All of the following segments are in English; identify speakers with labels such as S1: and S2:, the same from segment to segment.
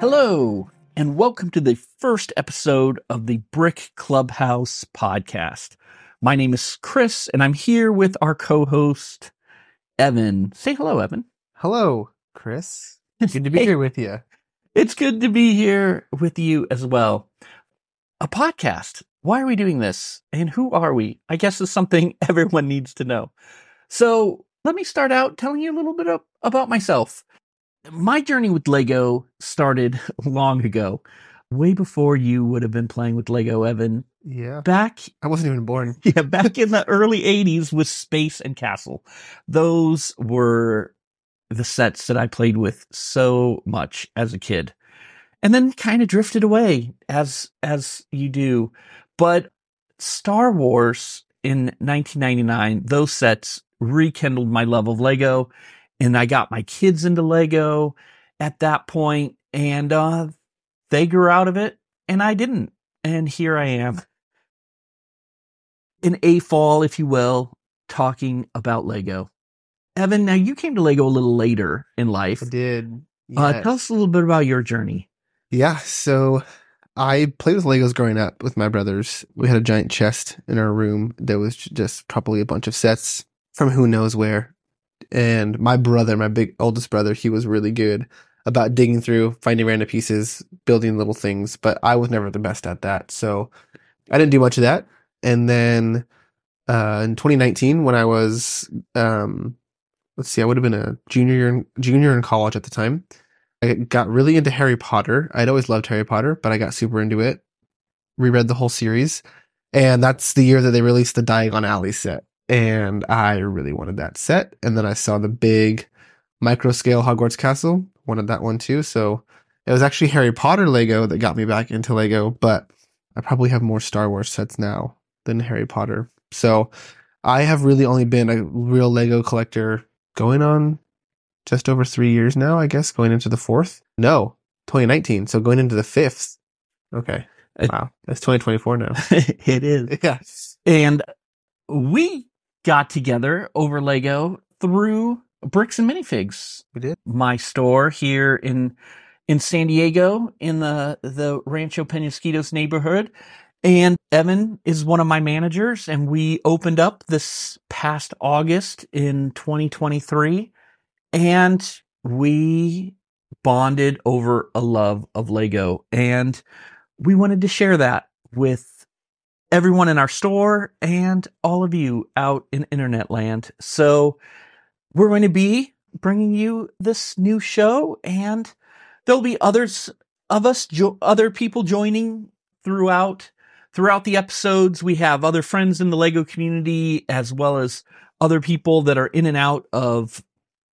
S1: Hello, and welcome to the first episode of the Brick Clubhouse podcast. My name is Chris, and I'm here with our co host, Evan. Say hello, Evan.
S2: Hello, Chris. Good to be
S1: Hey.
S2: here with you.
S1: It's good to be here with you as well. A podcast. Why are we doing this? And who are we? I guess is something everyone needs to know. So let me start out telling you a little bit of, about myself. My journey with Lego started long ago, way before you would have been playing with Lego, Evan.
S2: Yeah.
S1: Back
S2: I wasn't even born.
S1: yeah, back in the early 80s with Space and Castle. Those were the sets that I played with so much as a kid. And then kind of drifted away as as you do. But Star Wars in 1999, those sets rekindled my love of Lego and I got my kids into Lego at that point and uh they grew out of it and I didn't. And here I am an A fall, if you will, talking about Lego. Evan, now you came to Lego a little later in life.
S2: I did.
S1: Uh,
S2: Yes.
S1: tell us a little bit about your journey.
S2: Yeah. So I played with Legos growing up with my brothers. We had a giant chest in our room that was j- just probably a bunch of sets from who knows where. And my brother, my big oldest brother, he was really good about digging through, finding random pieces, building little things, but I was never the best at that. So I didn't do much of that. And then uh, in 2019, when I was, um, let's see, I would have been a junior in, junior in college at the time. I got really into Harry Potter. I'd always loved Harry Potter, but I got super into it. Reread the whole series, and that's the year that they released the Diagon Alley set, and I really wanted that set. And then I saw the big micro scale Hogwarts castle, wanted that one too. So it was actually Harry Potter Lego that got me back into Lego, but I probably have more Star Wars sets now than Harry Potter. So I have really only been a real Lego collector going on just over three years now, I guess, going into the fourth. No, 2019. So going into the fifth. Okay.
S1: Uh,
S2: Wow. That's 2024 now.
S1: it is.
S2: yeah.
S1: And we got together over Lego through Bricks and Minifigs,
S2: We did.
S1: my store here in in San Diego in the the Rancho Penasquitos neighborhood. And Evan is one of my managers, and we opened up this past August in 2023. and we bonded over a love of Lego. And we wanted to share that with everyone in our store and all of you out in internet land. So we're going to be bringing you this new show, and there'll be others of us, jo- other people joining throughout. Throughout the episodes, we have other friends in the Lego community, as well as other people that are in and out of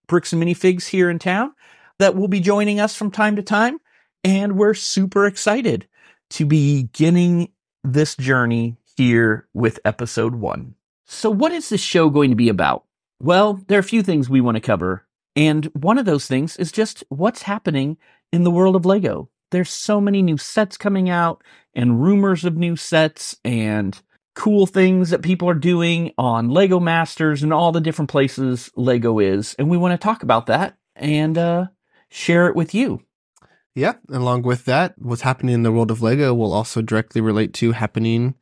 S1: bricks and minifigs here in town that will be joining us from time to time. And we're super excited to be beginning this journey here with episode one. So, what is this show going to be about? Well, there are a few things we want to cover. And one of those things is just what's happening in the world of Lego. There's so many new sets coming out and rumors of new sets and cool things that people are doing on Lego Masters and all the different places Lego is. And we want to talk about that and uh, share it with you.
S2: Yeah. And Along with that, what's happening in the world of Lego will also directly relate to happening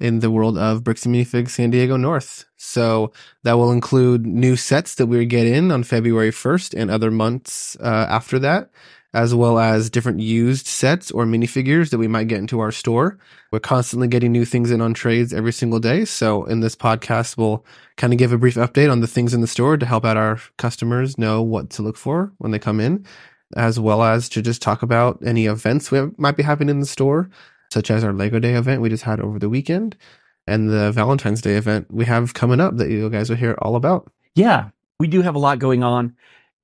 S2: in the world of Bricks and Minifigs San Diego North. So that will include new sets that we get in on February 1st and other months uh, after that, as well as different used sets or minifigures that we might get into our store. We're constantly getting new things in on trades every single day. So in this podcast, we'll kind of give a brief update on the things in the store to help out our customers know what to look for when they come in. As well as to just talk about any events that might be happening in the store, such as our Lego Day event we just had over the weekend and the Valentine's Day event we have coming up that you guys will hear all about.
S1: yeah, we do have a lot going on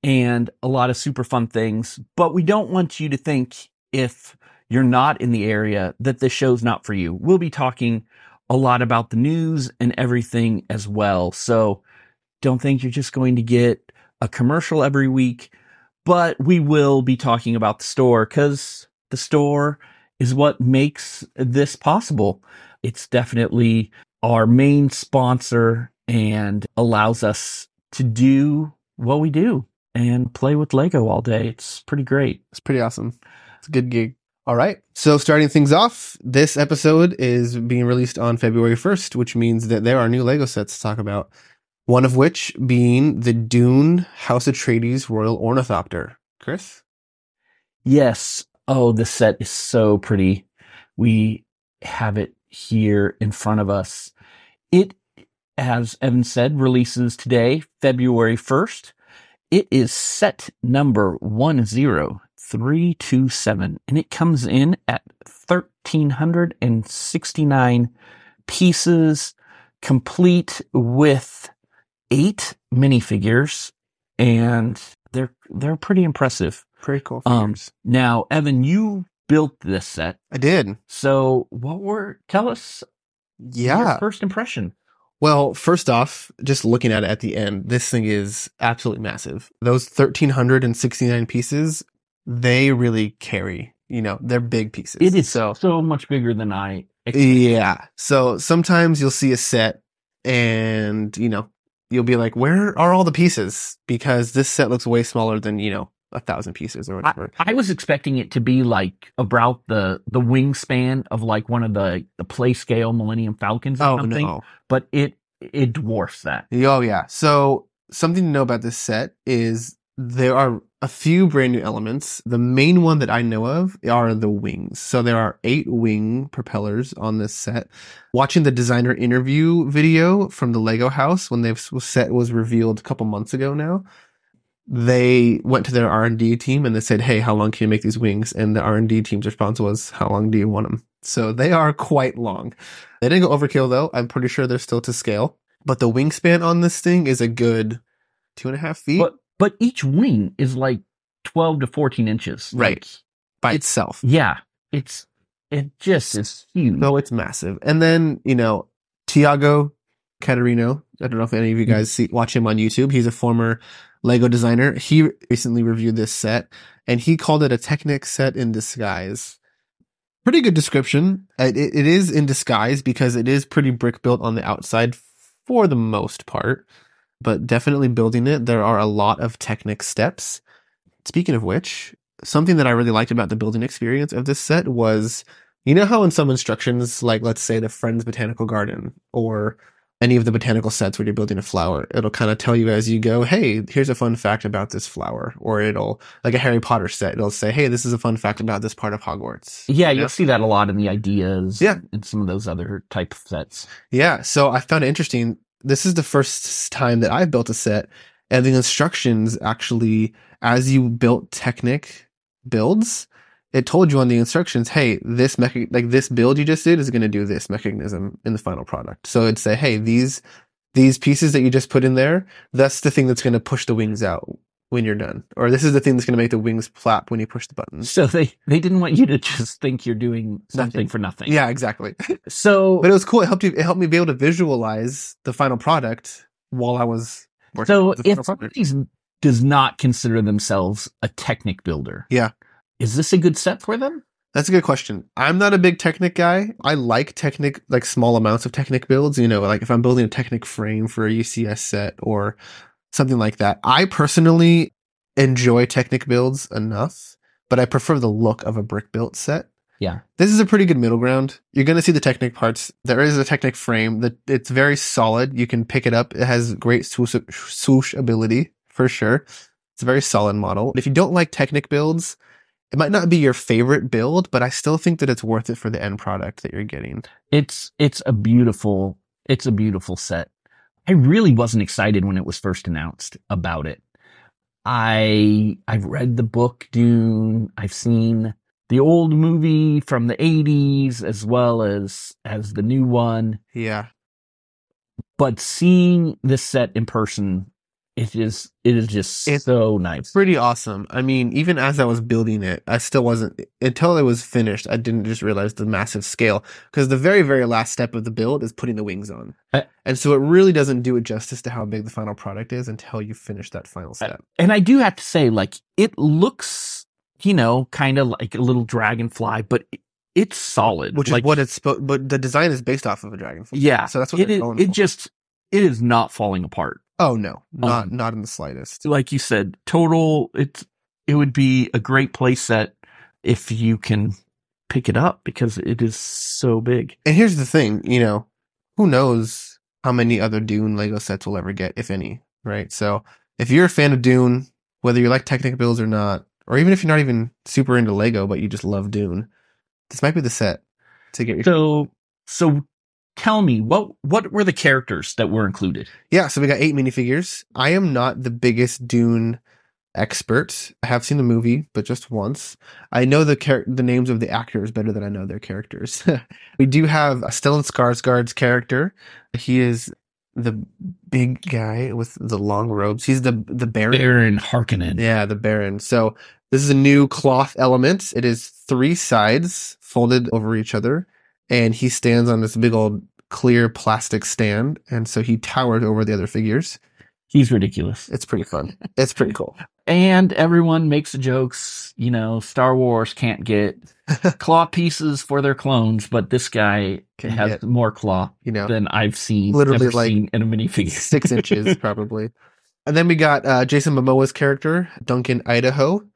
S1: and a lot of super fun things, but we don't want you to think if you're not in the area that this show's not for you. We'll be talking a lot about the news and everything as well. So don't think you're just going to get a commercial every week, but we will be talking about the store because the store is what makes this possible. It's definitely our main sponsor and allows us to do what we do and play with Lego all day. It's pretty great.
S2: It's pretty awesome. It's a good gig. All right. So starting things off, this episode is being released on February 1st, which means that there are new Lego sets to talk about. One of which being the Dune House Atreides Royal Ornithopter. Chris?
S1: Yes. Oh, this set is so pretty. We have it here in front of us. It, as Evan said, releases today, February 1st. It is set number 10327, and it comes in at 1,369 pieces, complete with eight minifigures, and they're they're pretty impressive.
S2: Pretty cool.
S1: Um, Now, Evan, you built this set.
S2: I did.
S1: So, what were tell us your
S2: Yeah.
S1: first impression?
S2: Well, first off, just looking at it at the end, this thing is absolutely massive. Those 1,369 pieces, they really carry, you know, they're big pieces.
S1: It is so
S2: So,
S1: so much bigger than I. expected.
S2: yeah. So sometimes you'll see a set and, you know, you'll be like, where are all the pieces? Because this set looks way smaller than, you know, a thousand pieces or whatever.
S1: I was expecting it to be like about the the wingspan of like one of the the play scale Millennium Falcons or
S2: oh,
S1: something,
S2: no.
S1: but it it dwarfs that.
S2: Oh yeah. So something to know about this set is there are a few brand new elements. The main one that I know of are the wings. So there are eight wing propellers on this set. Watching the designer interview video from the Lego house when the set was revealed a couple months ago now, they went to their R&D team and they said, "Hey, how long can you make these wings?" And the R&D team's response was, "How long do you want them?" So they are quite long. They didn't go overkill though. I'm pretty sure they're still to scale. But the wingspan on this thing is a good two and a half feet
S1: But but each wing is like twelve to fourteen inches.
S2: Right.
S1: Like,
S2: by itself.
S1: yeah, it's it just is huge.
S2: So it's massive. And then, you know, Tiago Caterino. I don't know if any of you guys see, watch him on YouTube. He's a former Lego designer. He recently reviewed this set and he called it a Technic set in disguise. Pretty good description. It, it it is in disguise because it is pretty brick built on the outside for the most part, but definitely building it, there are a lot of Technic steps. Speaking of which, something that I really liked about the building experience of this set was you know how in some instructions, like let's say the Friends Botanical Garden or any of the botanical sets where you're building a flower, it'll kind of tell you as you go, hey, here's a fun fact about this flower. Or it'll, like a Harry Potter set, it'll say, hey, this is a fun fact about this part of Hogwarts.
S1: Yeah,
S2: You know?
S1: you'll see that a lot in the ideas
S2: Yeah.
S1: and some of those other type of sets.
S2: Yeah, so I found it interesting. This is the first time that I've built a set, and the instructions actually, as you built Technic builds, it told you on the instructions, "Hey, this mecha- like this build you just did is going to do this mechanism in the final product." So it'd say, "Hey, these these pieces that you just put in there, that's the thing that's going to push the wings out when you're done, or this is the thing that's going to make the wings flap when you push the buttons."
S1: So they they didn't want you to just think you're doing something
S2: Mm-hmm. Nothing.
S1: for nothing.
S2: Yeah, exactly.
S1: So
S2: but it was cool. It helped you. It helped me be able to visualize the final product while I was working.
S1: so
S2: with the
S1: if
S2: final product.
S1: somebody does not consider themselves a technic builder,
S2: Yeah.
S1: is this a good set for them?
S2: That's a good question. I'm not a big Technic guy. I like Technic, like small amounts of Technic builds. You know, like if I'm building a Technic frame for a UCS set or something like that. I personally enjoy Technic builds enough, but I prefer the look of a brick built set.
S1: Yeah.
S2: This is a pretty good middle ground. You're going to see the Technic parts. There is a Technic frame that it's very solid. You can pick it up. It has great swoosh, swoosh ability for sure. It's a very solid model. If you don't like Technic builds, it might not be your favorite build, but I still think that it's worth it for the end product that you're getting.
S1: It's it's a beautiful it's a beautiful set. I really wasn't excited when it was first announced about it. I I've read the book Dune. I've seen the old movie from the 80s as well as as the new one.
S2: Yeah.
S1: but seeing this set in person, it is it is just
S2: It's-
S1: so nice.
S2: pretty awesome. I mean, even as I was building it, I still wasn't until it was finished. I didn't just realize the massive scale because the very, very last step of the build is putting the wings on,
S1: Uh,
S2: and so it really doesn't do it justice to how big the final product is until you finish that final step.
S1: And I do have to say, like it looks, you know, kind of like a little dragonfly, but it- it's solid.
S2: which
S1: like,
S2: is what it's spo- but the design is based off of a dragonfly.
S1: Yeah,
S2: so that's what
S1: it
S2: they're
S1: is,
S2: going
S1: it
S2: for.
S1: just it is not falling apart.
S2: oh no, not
S1: Um,
S2: not in the slightest.
S1: Like you said, total. It's it would be a great play set if you can pick it up because it is so big.
S2: And here's the thing, you know, who knows how many other Dune Lego sets we'll ever get, if any, right? So if you're a fan of Dune, whether you like Technic builds or not, or even if you're not even super into Lego but you just love Dune, this might be the set to get your
S1: So so tell me what what were the characters that were included?
S2: Yeah, so we got eight minifigures. I am not the biggest Dune expert. I have seen the movie, but just once. I know the char- the names of the actors better than I know their characters. we do have Stellan Skarsgård's character. He is the big guy with the long robes. He's the the Baron.
S1: Baron Harkonnen.
S2: Yeah, the Baron. So this is a new cloth element. It is three sides folded over each other, and he stands on this big old clear plastic stand, and so he towers over the other figures.
S1: He's ridiculous.
S2: It's pretty fun. It's pretty cool.
S1: And everyone makes jokes, you know, Star Wars can't get claw pieces for their clones, but this guy
S2: Can
S1: has
S2: get-
S1: more claw
S2: You know,
S1: than I've seen
S2: Literally,
S1: ever
S2: like,
S1: seen in a minifigure.
S2: six inches probably. And then we got uh, Jason Momoa's character, Duncan Idaho.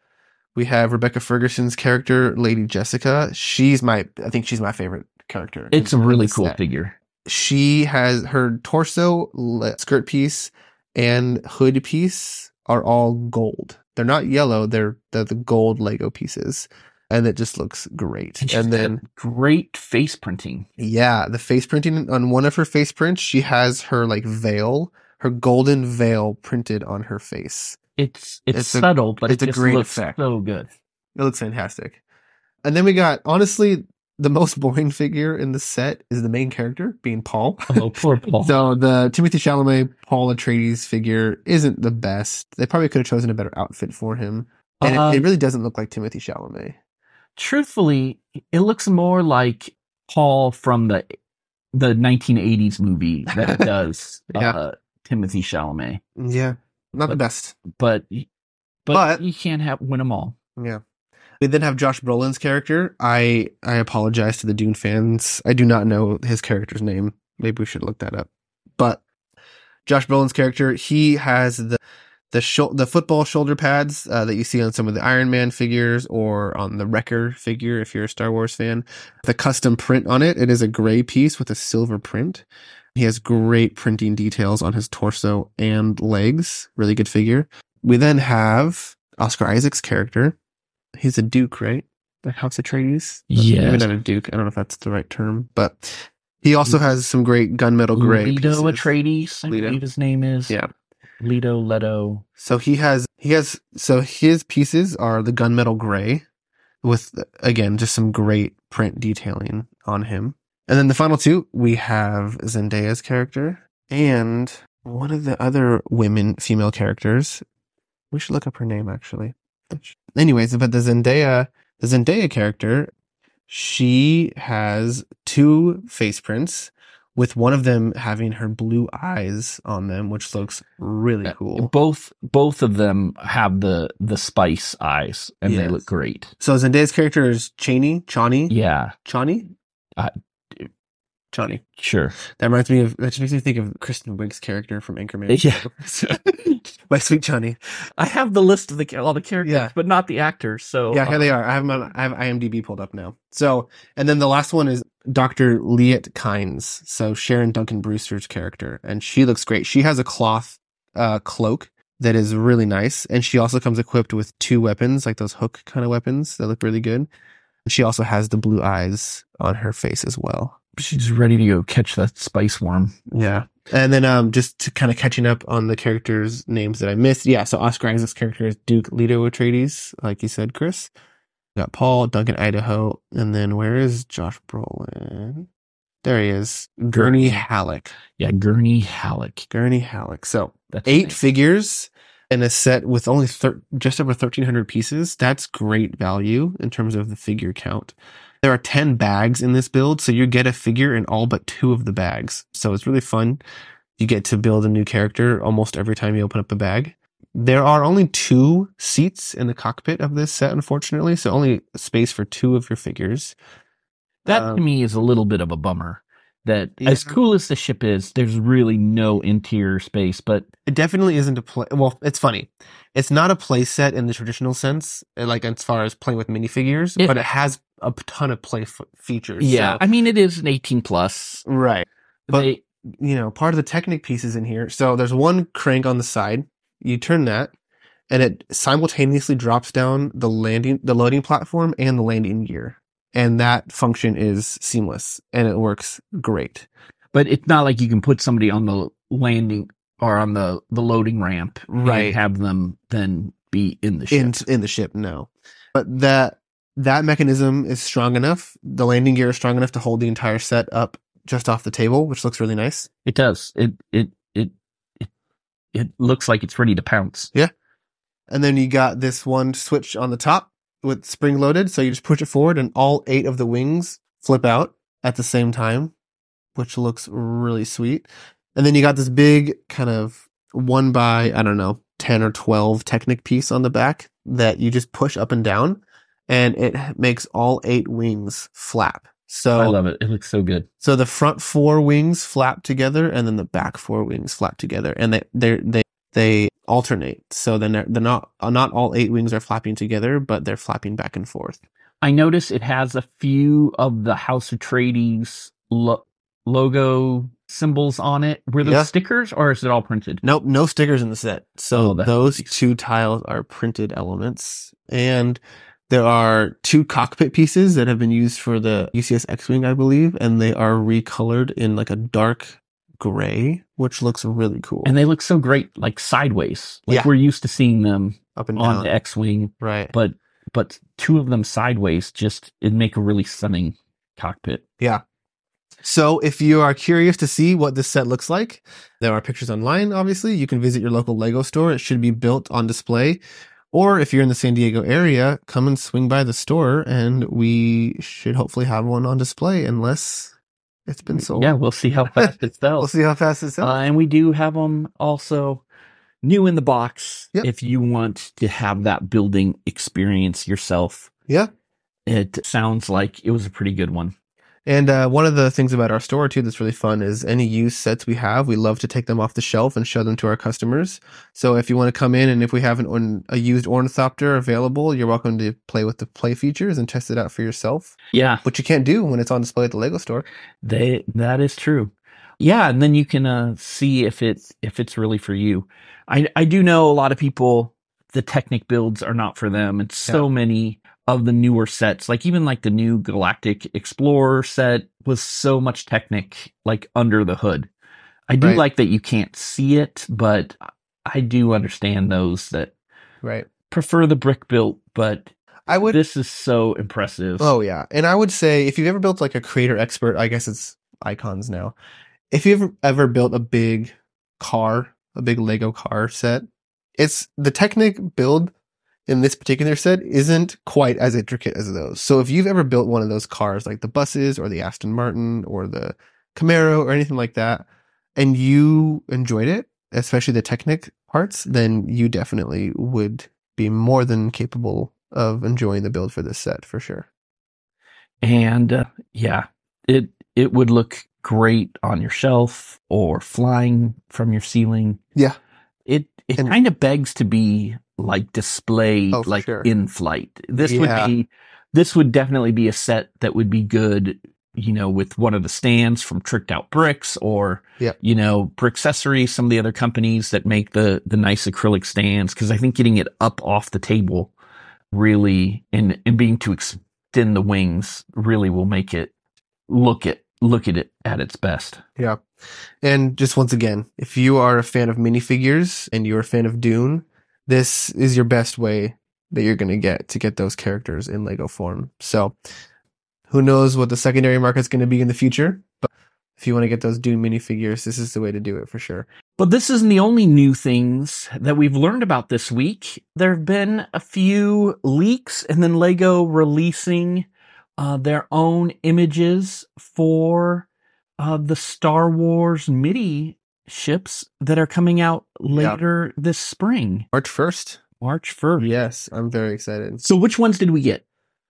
S2: We have Rebecca Ferguson's character, Lady Jessica. She's my, I think she's my favorite character.
S1: It's a
S2: in- in
S1: really
S2: this
S1: cool
S2: set.
S1: figure.
S2: she has her torso, le- skirt piece, and hood piece are all gold. They're not yellow. They're, they're the gold Lego pieces, and it just looks great.
S1: She's
S2: and
S1: got
S2: then
S1: great face printing.
S2: yeah, the face printing on one of her face prints, she has her like veil, her golden veil printed on her face.
S1: It's it's,
S2: It's a-
S1: subtle, but
S2: it's
S1: it
S2: a
S1: just
S2: great
S1: looks
S2: effect.
S1: so good.
S2: It looks fantastic. And then we got honestly the most boring figure in the set is the main character being Paul.
S1: Oh, poor Paul.
S2: So the Timothy Chalamet Paul Atreides figure isn't the best. They probably could have chosen a better outfit for him, and
S1: Um,
S2: it, it really doesn't look like Timothy Chalamet.
S1: truthfully, it looks more like Paul from the the 1980s movie that does
S2: Yeah.
S1: uh, Timothy Chalamet.
S2: Yeah, not the
S1: But-
S2: best.
S1: But, but
S2: But-
S1: you can't have win them all.
S2: Yeah. We then have Josh Brolin's character. I I apologize to the Dune fans. I do not know his character's name. Maybe we should look that up. But Josh Brolin's character, he has the the shou- the football shoulder pads uh, that you see on some of the Iron Man figures or on the Wrecker figure if you're a Star Wars fan. The custom print on it, it is a gray piece with a silver print. He has great printing details on his torso and legs. Really good figure. We then have Oscar Isaac's character. He's a duke, right? The House Atreides.
S1: Yes.
S2: Maybe not a duke. I don't know if that's the right term, but he also has some Oh, great gunmetal gray. pieces.
S1: Leto Atreides, I
S2: Leto.
S1: believe his name is.
S2: Yeah.
S1: Leto Leto.
S2: So he has he has so his pieces are the gunmetal gray with again just some great print detailing on him. And then the final two, we have Zendaya's character and one of the other women female characters. We should look up her name actually. Anyways, but the Zendaya the Zendaya character, she has two face prints with one of them having her blue eyes on them, which looks really cool.
S1: Both both of them have the the spice eyes, and they
S2: Yes.
S1: look great.
S2: So Zendaya's character is Cheney, Chani,
S1: Yeah,
S2: Chani,
S1: Uh,
S2: Chani.
S1: sure.
S2: That reminds me of that just makes me think of Kristen Wiig's character from Anchorman.
S1: Yeah.
S2: My sweet Chani.
S1: I have the list of the all the characters,
S2: Yeah.
S1: but not the actors. So
S2: Yeah, here they are. I have them on, I have IMDb pulled up now. So, and then the last one is Dr. Liet Kynes. So Sharon Duncan Brewster's character, and she looks great. She has a cloth uh, cloak that is really nice, and she also comes equipped with two weapons, like those hook kind of weapons that look really good. She also has the blue eyes on her face as well.
S1: she's ready to go catch that spice worm.
S2: Yeah. And then um just to kind of catching up on the characters' names that I missed. Yeah, so Oscar Isaac's character is Duke Leto Atreides, like you said, Chris. We got Paul, Duncan Idaho, and then where is Josh Brolin? There he is. Gurney Halleck.
S1: Yeah, Gurney Halleck.
S2: Gurney Halleck. So
S1: That's his
S2: eight
S1: name.
S2: figures in a set with only thir- just over 1300 pieces that's great value in terms of the figure count there are 10 bags in this build so you get a figure in all but two of the bags so it's really fun you get to build a new character almost every time you open up a bag there are only two seats in the cockpit of this set unfortunately so only space for two of your figures
S1: That
S2: Um,
S1: to me is a little bit of a bummer that
S2: Yeah.
S1: as cool as the ship is, there's really no interior space. But
S2: It definitely isn't a play. Well, it's funny. It's not a play set in the traditional sense, eh, like as far as playing with minifigures,
S1: Yeah.
S2: but it has a p- ton of play f- features.
S1: yeah,
S2: so-
S1: I mean, it is an 18 plus.
S2: right. But-
S1: They-
S2: you know, part of the Technic piece is in here. So there's one crank on the side. You turn that, and it simultaneously drops down the landing, the loading platform, and the landing gear. And that function is seamless, and it works great.
S1: but it's not like you can put somebody on the landing or on the the loading ramp,
S2: Right.
S1: And have them then be in the ship.
S2: In in the ship, no, but that that mechanism is strong enough. The landing gear is strong enough to hold the entire set up just off the table, which looks really nice.
S1: It does. It it it it it looks like it's ready to pounce.
S2: And then you got this one switch on the top with spring loaded. So you just push it forward and all eight of the wings flip out at the same time, which looks really sweet. And then you got this big kind of one by, I don't know, 10 or 12 Technic piece on the back that you just push up and down and it makes all eight wings flap. So
S1: I love it. It looks so good.
S2: so the front four wings flap together, and then the back four wings flap together, and they they they they alternate. So then they're, they're not uh, not all eight wings are flapping together, but they're flapping back and forth.
S1: I notice it has a few of the House Atreides lo- logo symbols on it. Were those
S2: Yeah.
S1: stickers or is it all printed?
S2: Nope, no stickers in the set. So
S1: Oh, that's
S2: those
S1: nice.
S2: two tiles are printed elements, and there are two cockpit pieces that have been used for the UCS X-wing, I believe, and they are recolored in like a dark gray, which looks really cool.
S1: And they look so great, like sideways. Like
S2: Yeah.
S1: we're used to seeing them
S2: up and
S1: on
S2: down,
S1: the X Wing,
S2: right?
S1: but but two of them sideways just it make a really stunning cockpit.
S2: So, if you are curious to see what this set looks like, there are pictures online, obviously. You can visit your local Lego store. It should be built on display. Or if you're in the San Diego area, come and swing by the store and we should hopefully have one on display unless it's been sold.
S1: Yeah, we'll see how fast it sells.
S2: We'll see how fast it sells.
S1: Uh, and we do have them also new in the box
S2: Yep.
S1: if you want to have that building experience yourself.
S2: yeah.
S1: It sounds like it was a pretty good one.
S2: And uh, one of the things about our store too that's really fun is any used sets we have, we love to take them off the shelf and show them to our customers. So if you want to come in and if we have an orn- a used ornithopter available, you're welcome to play with the play features and test it out for yourself,
S1: Yeah,
S2: which you can't do when it's on display at the Lego store.
S1: they that is true. Yeah, and then you can uh, see if it's if it's really for you. I I do know a lot of people the Technic builds are not for them, and so many of the newer sets, like even like the new Galactic Explorer set, was so much Technic like under the hood. I do
S2: Right.
S1: like that you can't see it, but I do understand those that
S2: Right.
S1: prefer the brick built. But
S2: I would.
S1: this is so impressive.
S2: Oh yeah, and I would say if you've ever built like a creator expert, I guess it's icons now. If you've ever- ever built a big car, a big Lego car set, it's the Technic build in this particular set isn't quite as intricate as those. So if you've ever built one of those cars, like the buses or the Aston Martin or the Camaro or anything like that, and you enjoyed it, especially the Technic parts, then you definitely would be more than capable of enjoying the build for this set for sure.
S1: and uh, yeah it it would look great on your shelf or flying from your ceiling
S2: Yeah.
S1: it it
S2: And-
S1: kind of begs to be like displayed
S2: Oh, for
S1: like
S2: sure.
S1: in flight this
S2: Yeah.
S1: would be this would definitely be a set that would be good you know with one of the stands from tricked out bricks or
S2: Yeah.
S1: you know brickcessory some of the other companies that make the the nice acrylic stands because i think getting it up off the table really and and being to extend the wings really will make it look it look at it at its best
S2: Yeah. And just once again, if you are a fan of minifigures and you're a fan of Dune, this is your best way that you're going to get to get those characters in Lego form. So who knows what the secondary market's going to be in the future, but if you want to get those Dune minifigures, this is the way to do it for sure.
S1: But this isn't the only new things that we've learned about this week. There have been a few leaks and then Lego releasing uh, their own images for uh, the Star Wars MIDI ships that are coming out
S2: Yeah.
S1: later this spring,
S2: March 1st?
S1: March 1st.
S2: Yes, I'm very excited.
S1: So, which ones did we get?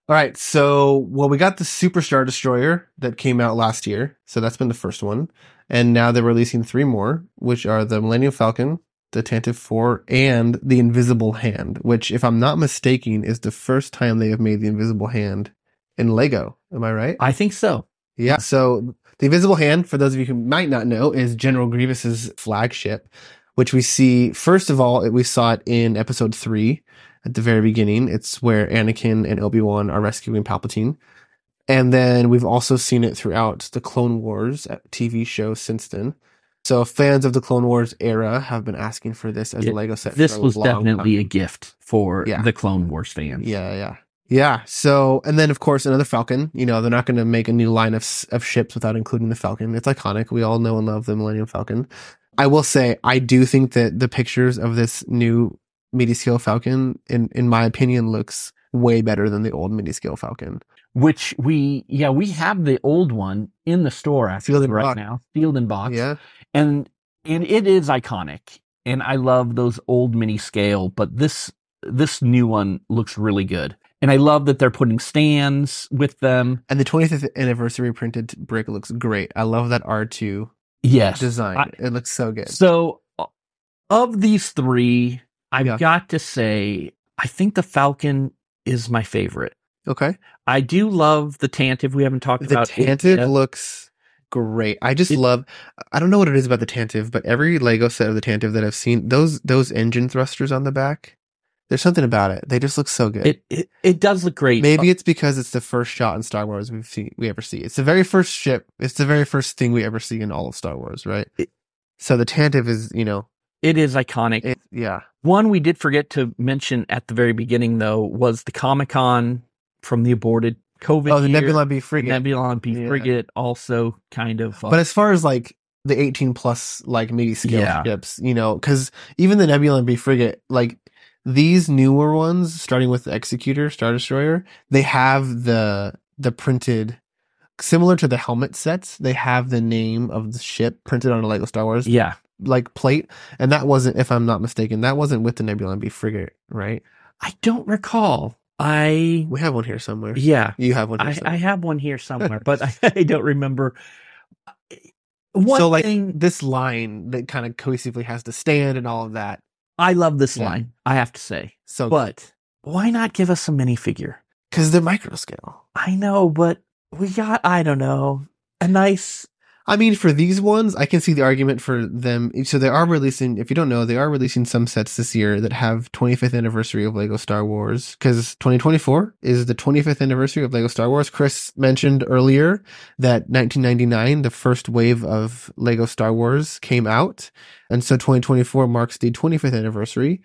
S2: All right, so well, we got the Superstar Destroyer that came out last year, so that's been the first one, and now they're releasing three more, which are the Millennium Falcon, the Tantive Four, and the Invisible Hand, which, if I'm not mistaken, is the first time they have made the Invisible Hand in Lego. Am I right?
S1: I think so.
S2: Yeah. So the Invisible Hand, for those of you who might not know, is General Grievous's flagship, which we see first of all. We saw it in Episode Three at the very beginning. It's where Anakin and Obi Wan are rescuing Palpatine, and then we've also seen it throughout the Clone Wars TV show since then. So fans of the Clone Wars era have been asking for this as
S1: Yeah,
S2: a Lego set.
S1: This
S2: for a
S1: was
S2: long
S1: definitely
S2: time.
S1: a gift for
S2: Yeah.
S1: the Clone Wars fans.
S2: Yeah, yeah. Yeah. So, and then of course another Falcon. You know, they're not going to make a new line of s- of ships without including the Falcon. It's iconic. We all know and love the Millennium Falcon. I will say, I do think that the pictures of this new midi scale Falcon, in in my opinion, looks way better than the old midi scale Falcon.
S1: Which we, yeah, we have the old one in the store
S2: Sealed
S1: actually
S2: in
S1: right
S2: box.
S1: now, sealed in box.
S2: Yeah.
S1: and and it is iconic and i love those old mini scale but this this new one looks really good and i love that they're putting stands with them
S2: And the 25th anniversary printed brick looks great. I love that R2
S1: yes
S2: design.
S1: I-
S2: it looks so good.
S1: so o- of these three i've
S2: Yeah.
S1: got to say i think the falcon is my favorite
S2: Okay.
S1: i do love the tantive we haven't talked
S2: The
S1: about it
S2: Tantive
S1: yet.
S2: looks great. I just
S1: It-
S2: love. I don't know what it is about the Tantive, but every Lego set of the Tantive that I've seen, those those engine thrusters on the back, there's something about it. They just look so good.
S1: it, it it does look great
S2: Maybe it's because it's the first shot in Star Wars we've seen we ever see. It's the very first ship. It's the very first thing we ever see in all of Star Wars, right?
S1: It-
S2: so the Tantive is, you know,
S1: it is iconic
S2: it, yeah,
S1: One we did forget to mention at the very beginning, though, was the Comic Con from the aborted COVID.
S2: oh the
S1: year.
S2: Nebula B frigate.
S1: Nebula B
S2: Yeah.
S1: frigate also kind of. uh,
S2: But as far as like the 18 plus like midi scale
S1: Yeah.
S2: ships, you know, because even the Nebula and B frigate, like these newer ones, starting with the Executor, Star Destroyer, they have the the printed similar to the helmet sets. They have the name of the ship printed on a Lego Star Wars
S1: yeah,
S2: like plate, and that wasn't, if I'm not mistaken, that wasn't with the Nebula and B frigate, right?
S1: I don't recall. I
S2: We have one here somewhere.
S1: yeah,
S2: You have one. Here
S1: I,
S2: somewhere.
S1: I have one here somewhere, but I, I don't remember. Uh, One
S2: so like
S1: thing
S2: this line that kind of cohesively has to stand and all of that.
S1: I love this
S2: Yeah.
S1: line. I have to say,
S2: So
S1: but why not give us a minifigure?
S2: Because they're micro scale.
S1: I know, but we got I don't know a nice
S2: I mean, for these ones, I can see the argument for them. So they are releasing, if you don't know, they are releasing some sets this year that have 25th anniversary of Lego Star Wars. Because 2024 is the 25th anniversary of Lego Star Wars. Chris mentioned earlier that 1999, the first wave of Lego Star Wars came out. And so 2024 marks the 25th anniversary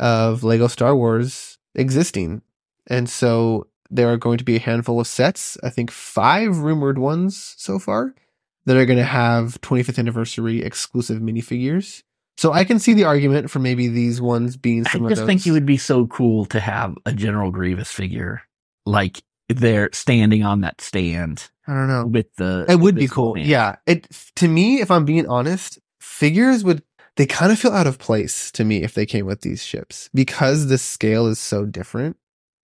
S2: of Lego Star Wars existing. And so there are going to be a handful of sets, I think five rumored ones so far, that are going to have 25th anniversary exclusive minifigures. So I can see the argument for maybe these ones being
S1: I
S2: some of
S1: just
S2: those.
S1: think it would be so cool to have a General Grievous figure, like they're standing on that stand
S2: I don't know.
S1: with the.
S2: It would
S1: with
S2: be
S1: the
S2: cool.
S1: stand.
S2: Yeah. It to me, if I'm being honest, figures would they kind of feel out of place to me if they came with these ships because the scale is so different.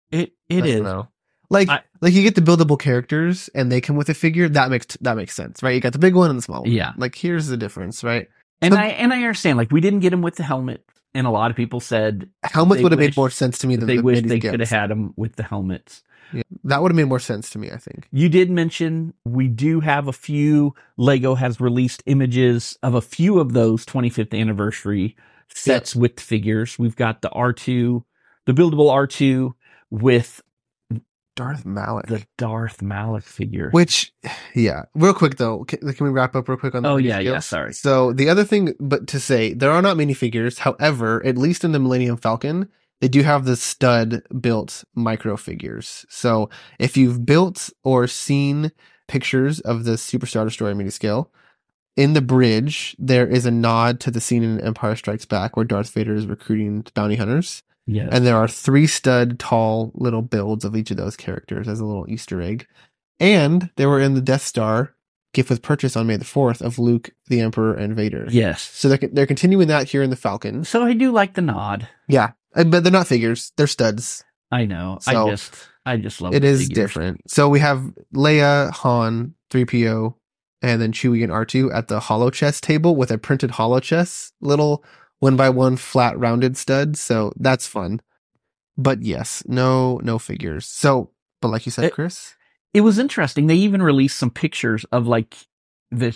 S1: it it
S2: I don't
S1: is.
S2: know. Like
S1: I-
S2: like you get the buildable characters and they come with a figure that makes that makes sense, right? You got the big one and the small one.
S1: Yeah.
S2: Like here's the difference, right?
S1: And
S2: So-
S1: I and I understand. Like we didn't get him with the helmet, and a lot of people said
S2: Helmets
S1: They
S2: would have made
S1: wish-
S2: more sense to me than
S1: they
S2: the
S1: wish
S2: mini
S1: they
S2: scales.
S1: could have had him with the helmets.
S2: That would have made more sense to me, I think.
S1: You did mention we do have a few. Lego has released images of a few of those 25th anniversary sets with figures. We've got the R2, the buildable R2 with
S2: Darth Malik.
S1: the Darth Malik figure.
S2: Which, yeah. Real quick though, can, can we wrap up real quick on? the
S1: Oh,
S2: mini
S1: yeah, yeah,
S2: scales?
S1: sorry.
S2: So the other thing, but to say there are not minifigures. However, at least in the Millennium Falcon, they do have the stud built micro figures. So if you've built or seen pictures of the Superstar Destroyer mini scale. In the bridge, there is a nod to the scene in Empire Strikes Back where Darth Vader is recruiting bounty hunters.
S1: yes.
S2: And there are three stud tall little builds of each of those characters as a little Easter egg. And they were in the Death Star gift with purchase on May the 4th of Luke, the Emperor, and Vader.
S1: yes.
S2: So they're, they're continuing that here in the Falcon.
S1: so I do like the nod.
S2: Yeah. Uh, But they're not figures, they're studs.
S1: I know.
S2: So-
S1: I just I just love
S2: it
S1: the
S2: is
S1: figures.
S2: different. So we have Leia, Han, 3PO, and then Chewie and R2 at the hollow chest table with a printed hollow chest, little one by one flat rounded stud. So that's fun. But yes, no no figures. So but like you said,
S1: It-
S2: Chris,
S1: It was interesting. They even released some pictures of like the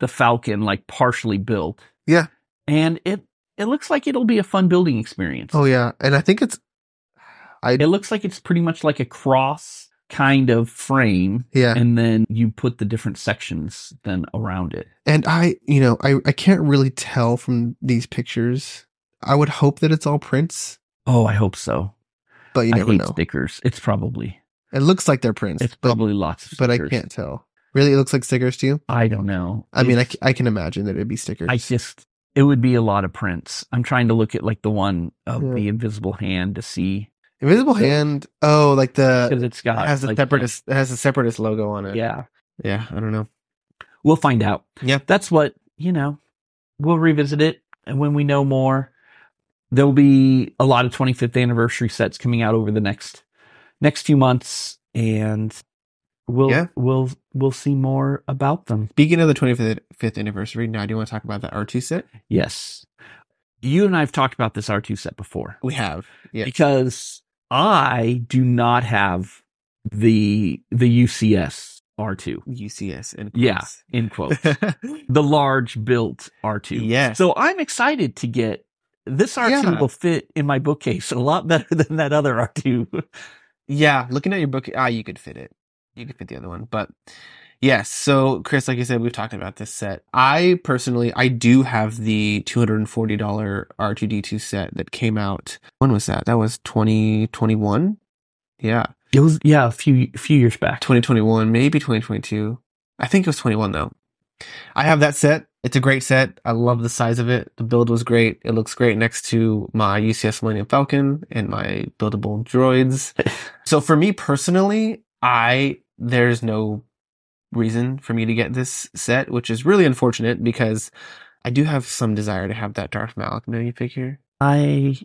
S1: the Falcon like partially built.
S2: Yeah.
S1: And it it looks like it'll be a fun building experience.
S2: Oh yeah, and I think it's
S1: It looks like it's pretty much like a cross kind of frame
S2: yeah.
S1: and then you put the different sections then around it.
S2: And I, you know, I I can't really tell from these pictures. I would hope that it's all prints,
S1: Oh, I hope so.
S2: but you
S1: I
S2: never
S1: hate
S2: know.
S1: stickers. It's probably
S2: It looks like they're prints,
S1: it's
S2: but
S1: probably lots of
S2: but I
S1: stickers.
S2: can't tell. Really, it looks like stickers to you.
S1: I don't know.
S2: I mean, I,
S1: It's-
S2: c- I can imagine that it'd be stickers.
S1: I just it would be a lot of prints. I'm trying to look at like the one of
S2: Yeah.
S1: the invisible hand to see
S2: Invisible Hand. Oh, like
S1: because
S2: the
S1: it's got
S2: has a
S1: like,
S2: separatist it has a separatist logo on it.
S1: Yeah,
S2: yeah. I don't know.
S1: we'll find out.
S2: Yeah.
S1: that's what you know. We'll revisit it, and when we know more, there'll be a lot of 25th anniversary sets coming out over the next next few months, and we'll
S2: Yeah.
S1: we'll we'll see more about them.
S2: Speaking of the 25th anniversary, now do you want to talk about the R2 set?
S1: Yes, you and I have talked about this R2 set before.
S2: We have. Yeah.
S1: because I do not have the the UCS R2
S2: UCS and
S1: Yeah. in quote the large built R2.
S2: Yes.
S1: So I'm excited to get this R2
S2: Yeah.
S1: will fit in my bookcase a lot better than that other R2.
S2: Yeah, looking at your book, ah, you could fit it. You could fit the other one, but yes. So, Chris, like you said, we've talked about this set. I personally, I do have the two hundred and forty dollar R two D two set that came out. When was that? That was twenty twenty one. Yeah,
S1: It was yeah, a few few years back.
S2: twenty twenty one, maybe twenty twenty two. I think it was twenty one though. I have that set. It's a great set. I love the size of it. The build was great. It looks great next to my UCS Millennium Falcon and my buildable droids. so for me personally, I there's no reason for me to get this set, which is really unfortunate because I do have some desire to have that Darth Malik mini figure.
S1: I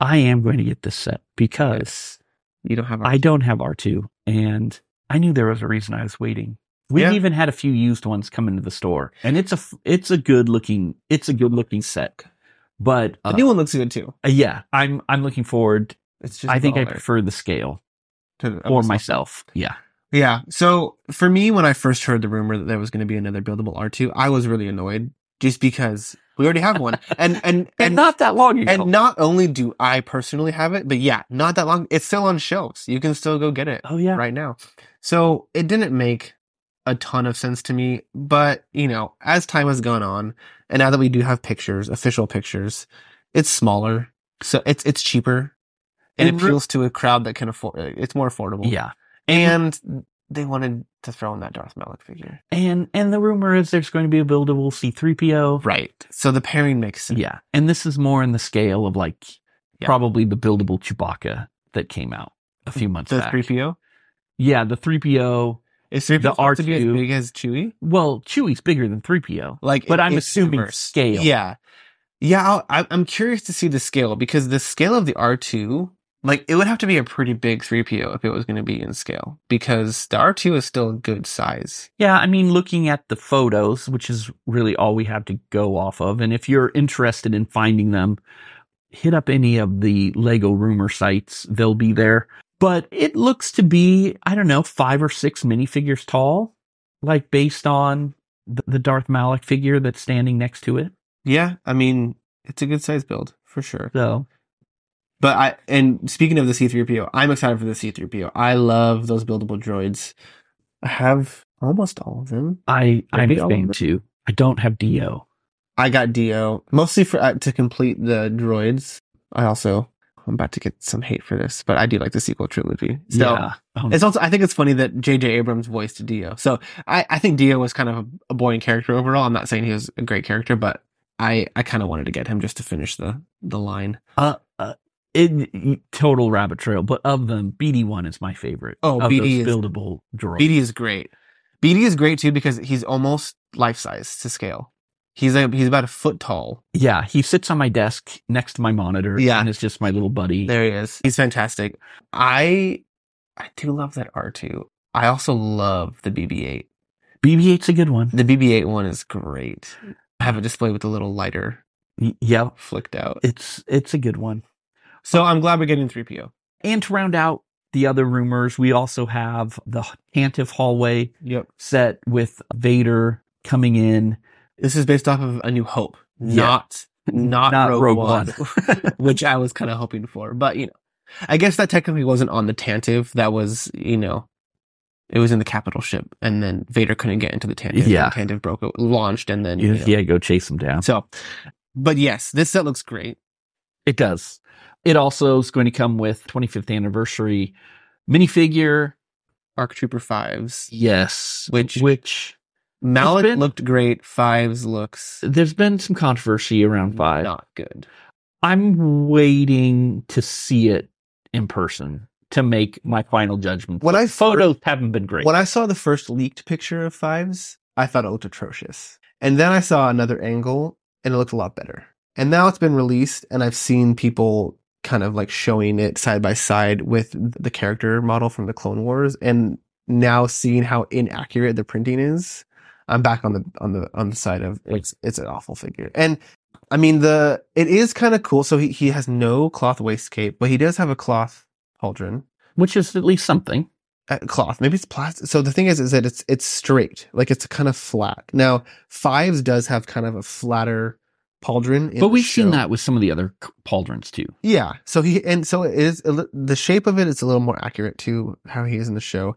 S1: I am going to get this set because
S2: You don't have
S1: I don't have R2 and I knew there was a reason I was waiting. We've
S2: Yeah.
S1: even had a few used ones come into the store and it's a f- it's a good looking it's a good looking set. But
S2: the
S1: uh,
S2: new one looks good too.
S1: yeah, I'm I'm looking forward.
S2: It's just
S1: I think I
S2: baller
S1: prefer the scale
S2: to the-
S1: for myself. Yeah.
S2: Yeah. So for me, when I first heard the rumor that there was going to be another buildable R2, I was really annoyed just because we already have one. And, and,
S1: And, not that long ago.
S2: and not only do I personally have it, but yeah, not that long. It's still on shelves. You can still go get it
S1: oh yeah.
S2: right now. So it didn't make a ton of sense to me, but you know, as time has gone on, and now that we do have pictures, official pictures, it's smaller, so it's it's cheaper,
S1: And
S2: and, it
S1: re-
S2: appeals to a crowd that can afford. It's more affordable.
S1: Yeah.
S2: and they wanted to throw in that Darth Malik figure,
S1: And and the rumor is there's going to be a buildable C3PO.
S2: right? So the pairing makes sense.
S1: Yeah. And this is more in the scale of like
S2: Yeah.
S1: probably the buildable Chewbacca that came out a few months
S2: The
S1: back.
S2: three PO
S1: yeah, the 3PO.
S2: is three
S1: The
S2: PO supposed to be as
S1: R2.
S2: big as Chewie.
S1: Well, Chewie's bigger than 3PO.
S2: like
S1: But
S2: in-
S1: I'm
S2: in
S1: assuming
S2: universe.
S1: scale.
S2: yeah yeah I'll, I- i'm curious to see the scale because the scale of the r2 like it would have to be a pretty big 3po if it was going to be in scale because the r2 is still a good size
S1: Yeah, I mean, looking at the photos, which is really all we have to go off of, and if you're interested in finding them, hit up any of the Lego rumor sites. They'll be there. But it looks to be, I don't know, five or six minifigures tall, like based on the, the Darth Malik figure that's standing next to it.
S2: yeah i mean it's a good size build for sure
S1: So,
S2: but i and speaking of the c3po i'm excited for the c3po i love those buildable droids i have almost all of them
S1: I, I'm
S2: Maybe I'll-
S1: ashamed to. I don't have Dio.
S2: I got Dio mostly for uh, to complete the droids. I also I'm about to get some hate for this, but I do like the sequel trilogy. So
S1: yeah. Oh,
S2: it's also I think it's funny that J.J. Abrams voiced Dio. So I I think Dio was kind of a, a boring character overall. I'm not saying he was a great character, but I I kind of wanted to get him just to finish the the line.
S1: uh, uh, it, total rabbit trail, but of them, BD1 is my favorite.
S2: Oh,
S1: of
S2: BD
S1: those
S2: is-
S1: buildable droids.
S2: BD is great. BD is great too because he's almost life size to scale. He's a, he's about a foot tall.
S1: Yeah, he sits on my desk next to my monitor.
S2: Yeah.
S1: and it's just my little buddy.
S2: There he is. He's fantastic. I
S3: I do love that R2. I also love the BB8.
S1: BB-8's a good one.
S3: The BB8 one is great. I have a display with a little lighter
S1: Y- yeah,
S3: flicked out.
S1: it's it's a good one.
S3: So I'm glad we're getting 3PO.
S1: And to round out the other rumors, we also have the Tantive hallway
S3: Yep.
S1: set with Vader coming in.
S3: This is based off of A New Hope,
S1: Yeah.
S3: not not,
S1: Not
S3: Rogue,
S1: Rogue
S3: One, which I was kind of hoping for. But you know, I guess that technically wasn't on the Tantive. That was you know, it was in the capital ship, and then Vader couldn't get into the Tantive.
S1: Yeah.
S3: the Tantive broke launched, and then you know.
S1: Yeah, go chase him down.
S3: So, but yes, this set looks great.
S1: It does. It also is going to come with 25th anniversary minifigure.
S3: Arc Trooper fives.
S1: Yes,
S3: Which-
S1: which
S3: Malik
S1: been-
S3: looked great. Fives looks
S1: there's been some controversy
S2: Mm,
S1: around five.
S3: not good.
S1: I'm waiting to see it in person to make my final judgment.
S2: When I fir-
S1: photos haven't been great.
S2: When I saw the first leaked picture of Fives, I thought it looked atrocious. And then I saw another angle and it looked a lot better. And now it's been released and I've seen people kind of like showing it side by side with the character model from the Clone Wars and now seeing how inaccurate the printing is, I'm back on the on the on the side of it's it's an awful figure. And I mean the it is kind of cool. So he, he has no cloth waistcape, but he does have a cloth pauldron
S1: which is at least something.
S2: uh, cloth. Maybe it's plastic. So the thing is, is that it's it's straight, like it's kind of flat. Now fives does have kind of a flatter pauldron, in
S1: But
S2: the
S1: we've
S2: show.
S1: seen that with some of the other c- pauldrons too.
S2: Yeah. So he and so it is a li- the shape of it is a little more accurate to how he is in the show.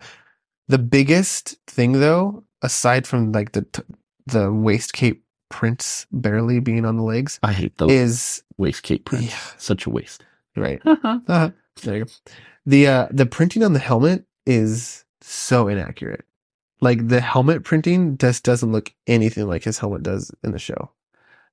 S2: The biggest thing, though, aside from like the t- the waist cape prints barely being on the legs,
S1: I hate those
S2: is
S1: waistcoat prints.
S2: Yeah.
S1: Such a waste.
S2: right.
S1: I
S2: Uh, there you go. The uh, the printing on the helmet is so inaccurate. Like the helmet printing just doesn't look anything like his helmet does in the show.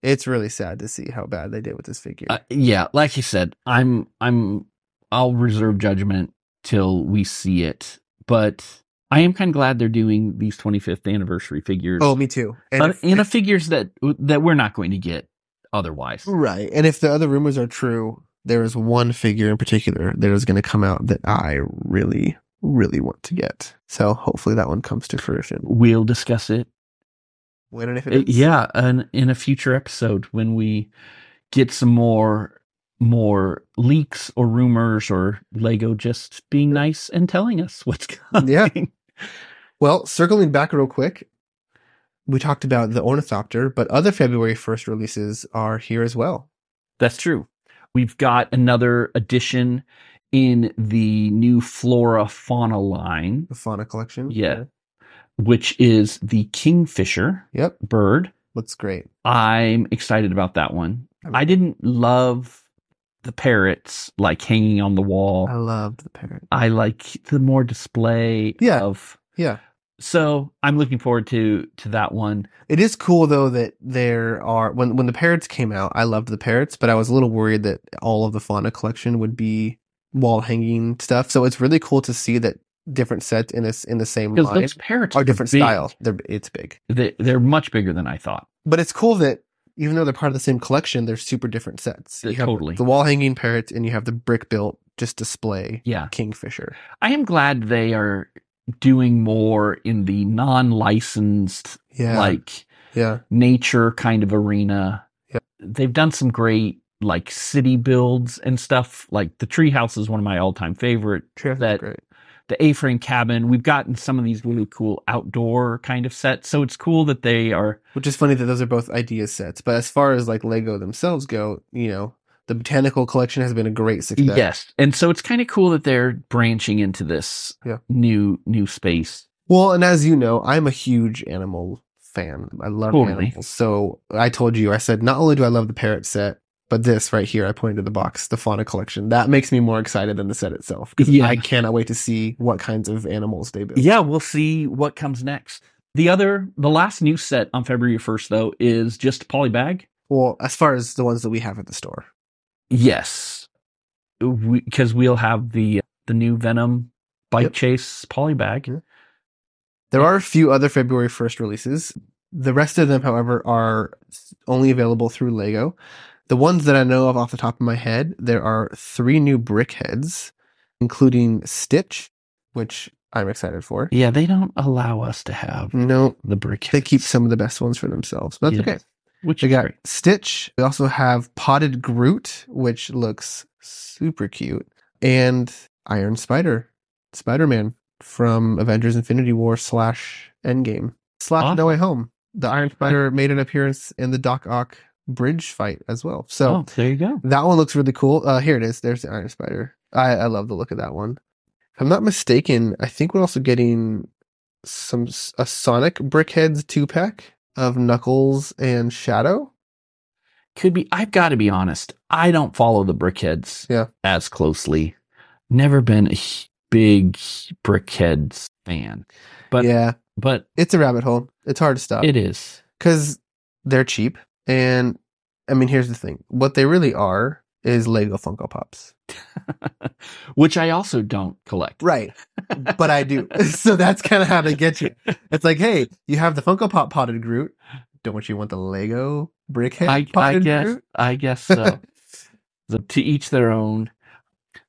S2: It's really sad to see how bad they did with this figure.
S1: uh, yeah, like you said, I'm I'm I'll reserve judgment till we see it. But I am kind of glad they're doing these 25th anniversary figures.
S2: oh, me too. And
S1: and,
S2: if-
S1: and a figures that that we're not going to get otherwise.
S2: right. And if the other rumors are true, there is one figure in particular that is going to come out that I really, really want to get. So hopefully that one comes to fruition.
S1: We'll discuss it.
S2: When and if
S1: Uh, yeah, and in a future episode when we get some more more leaks or rumors or Lego just being nice and telling us what's coming.
S2: Yeah. Well, circling back real quick, we talked about the Ornithopter, but other February 1st releases are here as well.
S1: That's true. We've got another addition in the new flora fauna line.
S2: The Fauna Collection.
S1: Yeah. Which is the kingfisher
S2: Yep.
S1: bird.
S2: Looks great.
S1: I'm excited about that one. I didn't love the parrots like hanging on the wall.
S2: I loved the parrot.
S1: I like the more display
S2: Yeah.
S1: of
S2: Yeah.
S1: so I'm looking forward to to that one.
S2: It is cool though that there are when when the parrots came out, I loved the parrots, but I was a little worried that all of the fauna collection would be wall hanging stuff. So it's really cool to see that different sets in this in the same
S1: Because
S2: line
S1: those parrots
S2: are different
S1: big.
S2: style. They're it's big.
S1: They, they're much bigger than I thought.
S2: but it's cool that even though they're part of the same collection, they're super different sets.
S1: Yeah,
S2: You have
S1: totally.
S2: The wall hanging parrots, and you have the brick built just display
S1: Yeah.
S2: kingfisher.
S1: I am glad they are doing more in the non-licensed
S2: Yeah,
S1: like
S2: yeah,
S1: nature kind of arena.
S2: Yep.
S1: They've done some great like city builds and stuff. Like the treehouse is one of my all-time favorite.
S2: Treehouse
S1: that-
S2: is great.
S1: The A-frame cabin. We've gotten some of these really cool outdoor kind of sets. So it's cool that they are
S2: Which is funny that those are both idea sets. But as far as like Lego themselves go, you know, the botanical collection has been a great success.
S1: Yes. And so it's kind of cool that they're branching into this
S2: Yeah.
S1: new new space.
S2: Well, and as you know, I'm a huge animal fan. I love
S1: Totally.
S2: animals. So I told you, I said, not only do I love the parrot set, but this right here, I pointed to the box, the fauna collection. That makes me more excited than the set itself. 'cause
S1: Yeah.
S2: I cannot wait to see what kinds of animals they build.
S1: Yeah, we'll see what comes next. The other the last new set on February 1st though is just Polybag.
S2: Well, as far as the ones that we have at the store.
S1: Yes. Because we, will have the the new Venom bike
S2: Yep.
S1: chase polybag.
S2: Yeah. There are a few other February 1st releases. The rest of them, however, are only available through Lego. The ones that I know of off the top of my head, there are three new brick heads, including Stitch, which I'm excited for.
S1: Yeah, they don't allow us to have
S2: No,
S1: the brick.
S2: Hmm. they keep some of the best ones for themselves, but that's
S1: Yeah.
S2: okay.
S1: Which
S2: We
S1: is
S2: got
S1: great.
S2: Stitch. We also have Potted Groot, which looks super cute, and Iron Spider, Spider Man from Avengers: Infinity War slash Endgame slash
S1: Awesome.
S2: No Way Home. The Iron Spider made an appearance in the Doc Ock bridge fight as well. So
S1: oh, there you go.
S2: that one looks really cool. Uh, here it is. There's the Iron Spider. I, I love the look of that one. If I'm not mistaken, I think we're also getting some a Sonic Brickheads two pack of Knuckles and Shadow.
S1: Could be. I've got to be honest. I don't follow the brickheads
S2: Yeah.
S1: as closely. Never been a h- big brickheads fan, but
S2: yeah,
S1: but
S2: it's a rabbit hole. It's hard to stop
S1: it is.
S2: because they're cheap. And I mean, here's the thing: what they really are is Lego Funko Pops.
S1: Which I also don't collect.
S2: Right. But I do. so that's kind of how they get you. It's like, hey, you have the Funko Pop potted Groot. Don't you want the Lego Brickhead
S1: I, I
S2: potted
S1: guess.
S2: Groot?
S1: I guess so. So to each their own.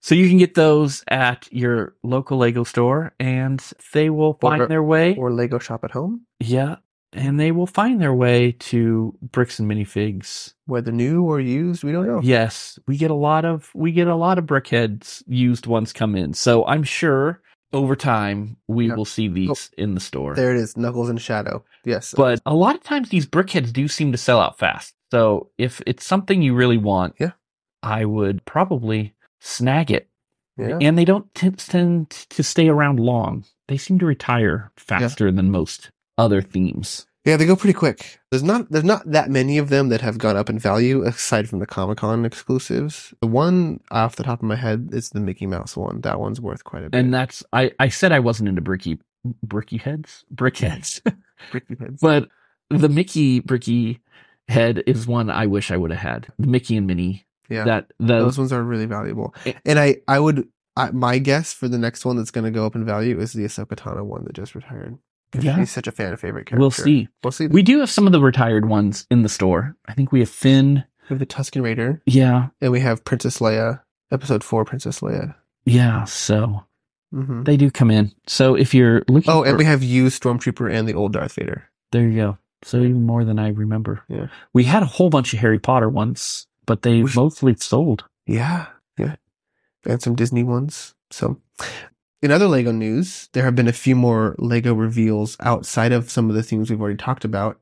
S1: So you can get those at your local Lego store, and they will find
S2: Or-
S1: their way.
S2: or Lego shop at home,
S1: yeah, and they will find their way to bricks and minifigs.
S2: whether new or used, we don't know.
S1: Yes, we get a lot of we get a lot of brickheads used ones come in. So I'm sure over time we
S2: Yeah.
S1: will see these in the store.
S2: There it is, Knuckles and Shadow. Yes,
S1: But a lot of times these brickheads do seem to sell out fast. So if it's something you really want,
S2: Yeah.
S1: I would probably snag it.
S2: yeah.
S1: And they don't t- tend to stay around long. They seem to retire faster than most other themes.
S2: yeah, they go pretty quick. There's not there's not that many of them that have gone up in value aside from the Comic Con exclusives. The one off the top of my head is the Mickey Mouse one. That one's worth quite a bit.
S1: And that's I I said I wasn't into bricky bricky heads brickheads,
S2: Brickheads.
S1: but the Mickey bricky head is one I wish I would have had. The Mickey and Minnie.
S2: yeah.
S1: That those
S2: those ones are really valuable.
S1: It-
S2: and I, I would, I, my guess for the next one that's going to go up in value is the Ahsoka Tano one that just retired. 'Cause
S1: Yeah.
S2: she's such a fan favorite character.
S1: we'll see.
S2: We'll see. We
S1: We do have some of the retired ones in the store. I think we have Finn.
S2: have the Tusken Raider,
S1: Yeah.
S2: and we have Princess Leia, Episode Four, Princess Leia.
S1: Yeah. So
S2: hmm
S1: they do come in. So if you're looking
S2: Oh, and
S1: for-
S2: we have you, Stormtrooper, and the old Darth Vader.
S1: there you go. So even more than I remember.
S2: Yeah.
S1: We had a whole bunch of Harry Potter ones, but they
S2: We should-
S1: mostly sold.
S2: Yeah, yeah, and some Disney ones. So, in other Lego news, there have been a few more Lego reveals outside of some of the things we've already talked about.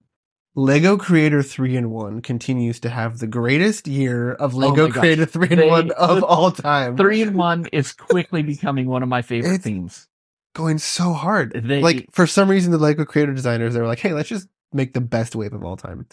S2: Lego Creator 3 in 1 continues to have the greatest year of Lego
S1: Oh my gosh.
S2: Creator 3 in
S1: They-
S2: 1 of all time.
S1: Three in one is quickly becoming one of my favorite
S2: It's-
S1: themes.
S2: Going so hard.
S1: They
S2: like, for some reason, the Lego Creator designers, they were like, hey, let's just make the best wave of all time.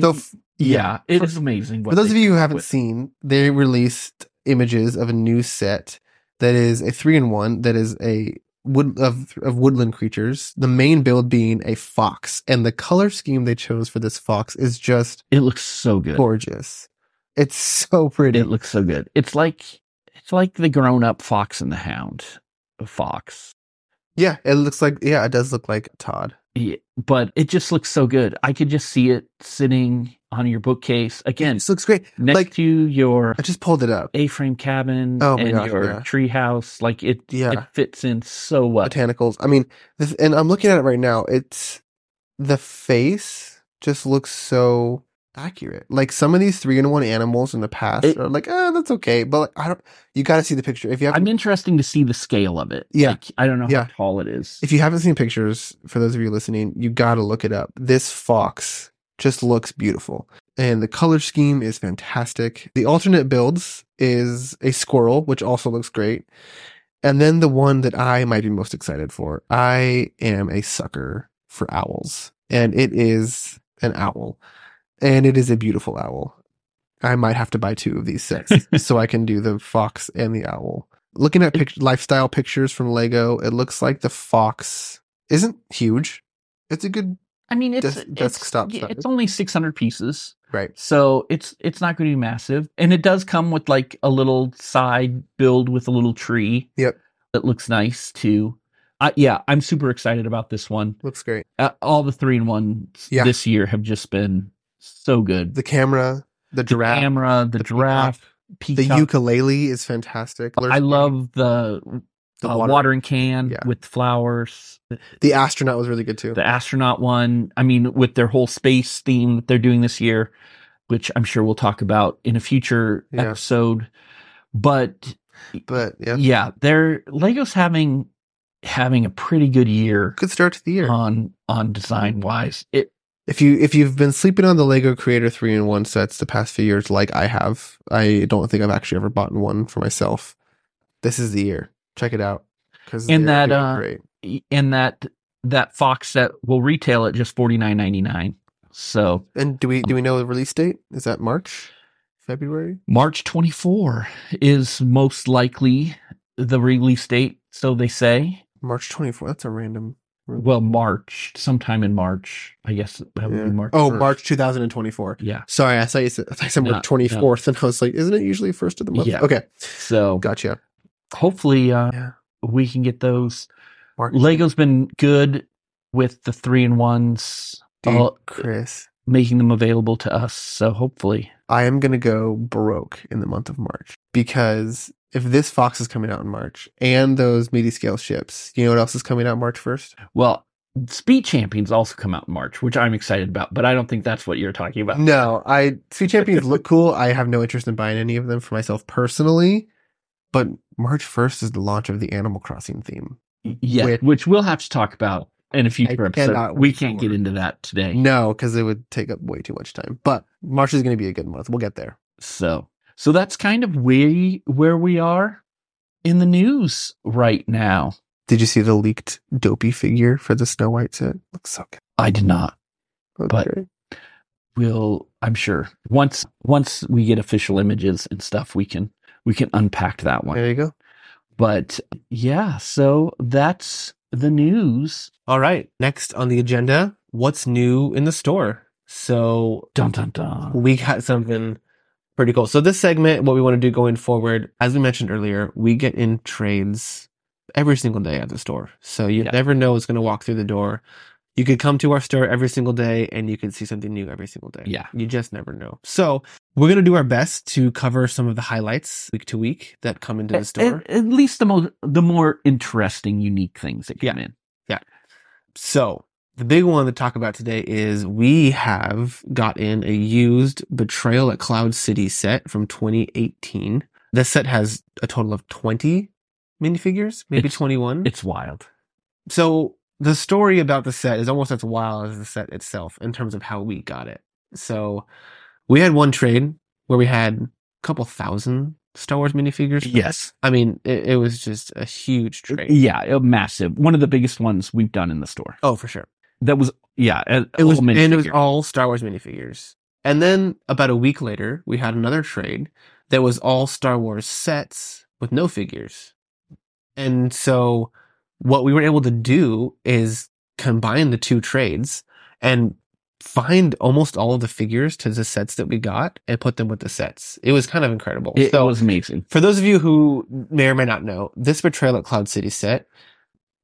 S2: So, f-
S1: yeah, it is
S2: For-
S1: amazing. what
S2: For those
S1: they
S2: of you who
S1: come up
S2: haven't
S1: with.
S2: seen, they released images of a new set that is a three in one that is a wood of of woodland creatures. The main build being a fox, and the color scheme they chose for this fox is just
S1: it looks so good.
S2: gorgeous. It's so pretty.
S1: It looks so good. It's like it's like the grown up Fox and the Hound, Fox.
S2: yeah, it looks like yeah, it does look like Todd.
S1: Yeah, but it just looks so good. I could just see it sitting on your bookcase again
S2: This looks great.
S1: next
S2: like-
S1: to your
S2: I just pulled it up.
S1: A-frame cabin
S2: Oh my
S1: and
S2: gosh,
S1: your
S2: yeah.
S1: treehouse. Like it, it
S2: Yeah.
S1: fits in so well.
S2: botanicals. I mean, this, and I'm looking at it right now. It's the face just looks so accurate. Like some of these three in one animals in the past
S1: It-
S2: are like, oh, that's okay, but like, I don't. You got to see the picture if you haven't.
S1: I'm interesting to see the scale of it.
S2: Yeah.
S1: Like, I don't know
S2: Yeah.
S1: how tall it is.
S2: if you haven't seen pictures, for those of you listening, you got to look it up. This fox just looks beautiful. And the color scheme is fantastic. The alternate builds is a squirrel, which also looks great. And then the one that I might be most excited for. I am a sucker for owls, and it is an owl. And it is a beautiful owl. I might have to buy two of these sets so I can do the fox and the owl. Looking at pic- lifestyle pictures from Lego, it looks like the fox isn't huge. It's a good
S1: I mean, it's
S2: Desk-
S1: it's,
S2: desktop
S1: yeah,
S2: size.
S1: it's only 600 pieces,
S2: right.
S1: so it's it's not going to be massive. And it does come with like a little side build with a little tree.
S2: Yep.
S1: That looks nice too. I, yeah, I'm super excited about this one.
S2: Looks great.
S1: uh, all the three in ones
S2: Yeah.
S1: this year have just been so good.
S2: The camera, the giraffe,
S1: camera, the,
S2: the
S1: giraffe,
S2: the
S1: peacock.
S2: ukulele is fantastic.
S1: I love the
S4: The
S1: uh,
S4: water-
S1: watering can
S4: yeah.
S1: with flowers.
S4: The astronaut was really good too.
S1: The astronaut one, I mean, with their whole space theme that they're doing this year, which I'm sure we'll talk about in a future
S4: Yeah.
S1: episode. But
S4: but yeah,
S1: yeah. they're Lego's having having a pretty good year
S4: good start to the year.
S1: on on design wise. It
S4: if you if you've been sleeping on the Lego Creator three in one sets the past few years, like I have, I don't think I've actually ever bought one for myself. This is the year. Check it out. Because
S1: And that, uh,
S4: great.
S1: and that that fox set will retail at just forty nine ninety nine. So
S4: And do we do we know the release date? Is that March, February?
S1: March twenty four is most likely the release date, so they say.
S4: March twenty fourth. That's a random.
S1: Well, March, sometime in March, I guess that would
S4: Yeah.
S1: be March.
S4: oh,
S1: 1st.
S4: March two thousand and twenty four.
S1: Yeah.
S4: Sorry, I thought you said I thought you said
S1: No,
S4: March twenty fourth, and I was like, isn't it usually first of the month?
S1: Yeah.
S4: Okay,
S1: So
S4: gotcha.
S1: hopefully, uh,
S4: Yeah.
S1: we can get those.
S4: March.
S1: Lego's been good with the three and ones,
S4: Dude,
S1: all-
S4: Chris,
S1: making them available to us. So hopefully,
S4: I am going to go broke in the month of March because if this Fox is coming out in March and those meaty scale ships, you know what else is coming out March 1st?
S1: well, Speed Champions also come out in March, which I'm excited about, but I don't think that's what you're talking about.
S4: No, I Sea Champions look cool. I have no interest in buying any of them for myself personally, but March 1st is the launch of the Animal Crossing theme.
S1: yeah,
S4: Which-
S1: which, we'll have to talk about in a future
S4: I
S1: episode.
S4: cannot
S1: We
S4: wait
S1: can't
S4: for
S1: get
S4: it.
S1: into that today.
S4: No, because it would take up way too much time. But March is going to be a good month. We'll get there.
S1: So, so that's kind of where where we are in the news right now.
S4: Did you see the leaked dopey figure for the Snow White set? Looks so good.
S1: I did not.
S4: Looks
S1: But-
S4: great.
S1: We'll, I'm sure once once we get official images and stuff, we can we can unpack that one.
S4: there you go.
S1: But yeah, so that's the news.
S2: All right. Next on the agenda, what's new in the store? So
S1: Dun dun dun.
S2: we got something pretty cool. So this segment, what we want to do going forward, as we mentioned earlier, we get in trades every single day at the store. So you
S1: Yeah.
S2: never know what's going to walk through the door. You could come to our store every single day and you could see something new every single day.
S1: Yeah.
S2: You just never know. So we're going to do our best to cover some of the highlights week to week that come into the
S1: At,
S2: store.
S1: at- at least the most the more interesting, unique things that come in.
S2: So the big one to talk about today is we have got in a used Betrayal at Cloud City set from 2018. This set has a total of 20 minifigures, maybe
S1: It's-
S2: 21.
S1: It's wild.
S2: so the story about the set is almost as wild as the set itself in terms of how we got it. So we had one trade where we had a couple thousand Star Wars minifigures.
S1: Yes.
S2: I mean, it, it was just a huge trade.
S1: Yeah, a massive. One of the biggest ones we've done in the store.
S2: Oh, for sure.
S1: That was yeah. a-
S2: it was
S1: all minifigure.
S2: Oh, and it was all Star Wars minifigures. And then about a week later, we had another trade that was all Star Wars sets with no figures. And so what we were able to do is combine the two trades and find almost all of the figures to the sets that we got and put them with the sets. It was kind of incredible.
S1: It- it
S2: So-
S1: was amazing.
S2: for those of you who may or may not know, this Betrayal at Cloud City set,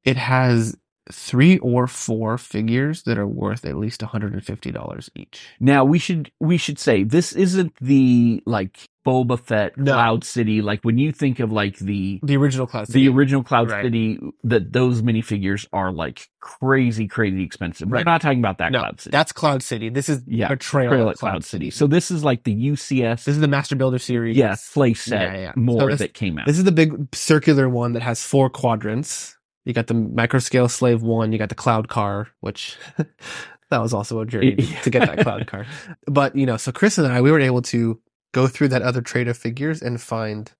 S2: it has three or four figures that are worth at least $150 each.
S1: Now we should we should say this isn't the like Boba Fett
S2: No.
S1: Cloud City like when you think of like the
S2: The original Cloud City.
S1: the original Cloud
S2: Right.
S1: City that those minifigures are like crazy crazy expensive.
S2: Right.
S1: We're not talking about that
S2: No,
S1: Cloud City.
S2: That's Cloud City. This is
S1: Yeah,
S2: Betrayal,
S1: Trail
S2: at Cloud, City.
S1: So this is like the UCS
S2: this is the Master Builder series.
S1: yeah play set
S2: Yeah, yeah.
S1: more
S2: So this-
S1: that came out.
S2: This is the big circular one that has four quadrants. You got the microscale slave one, you got the cloud car, which that was also a journey
S1: Yeah.
S2: to get that cloud car. But, you know, so Chris and I, we were able to go through that other trade of figures and find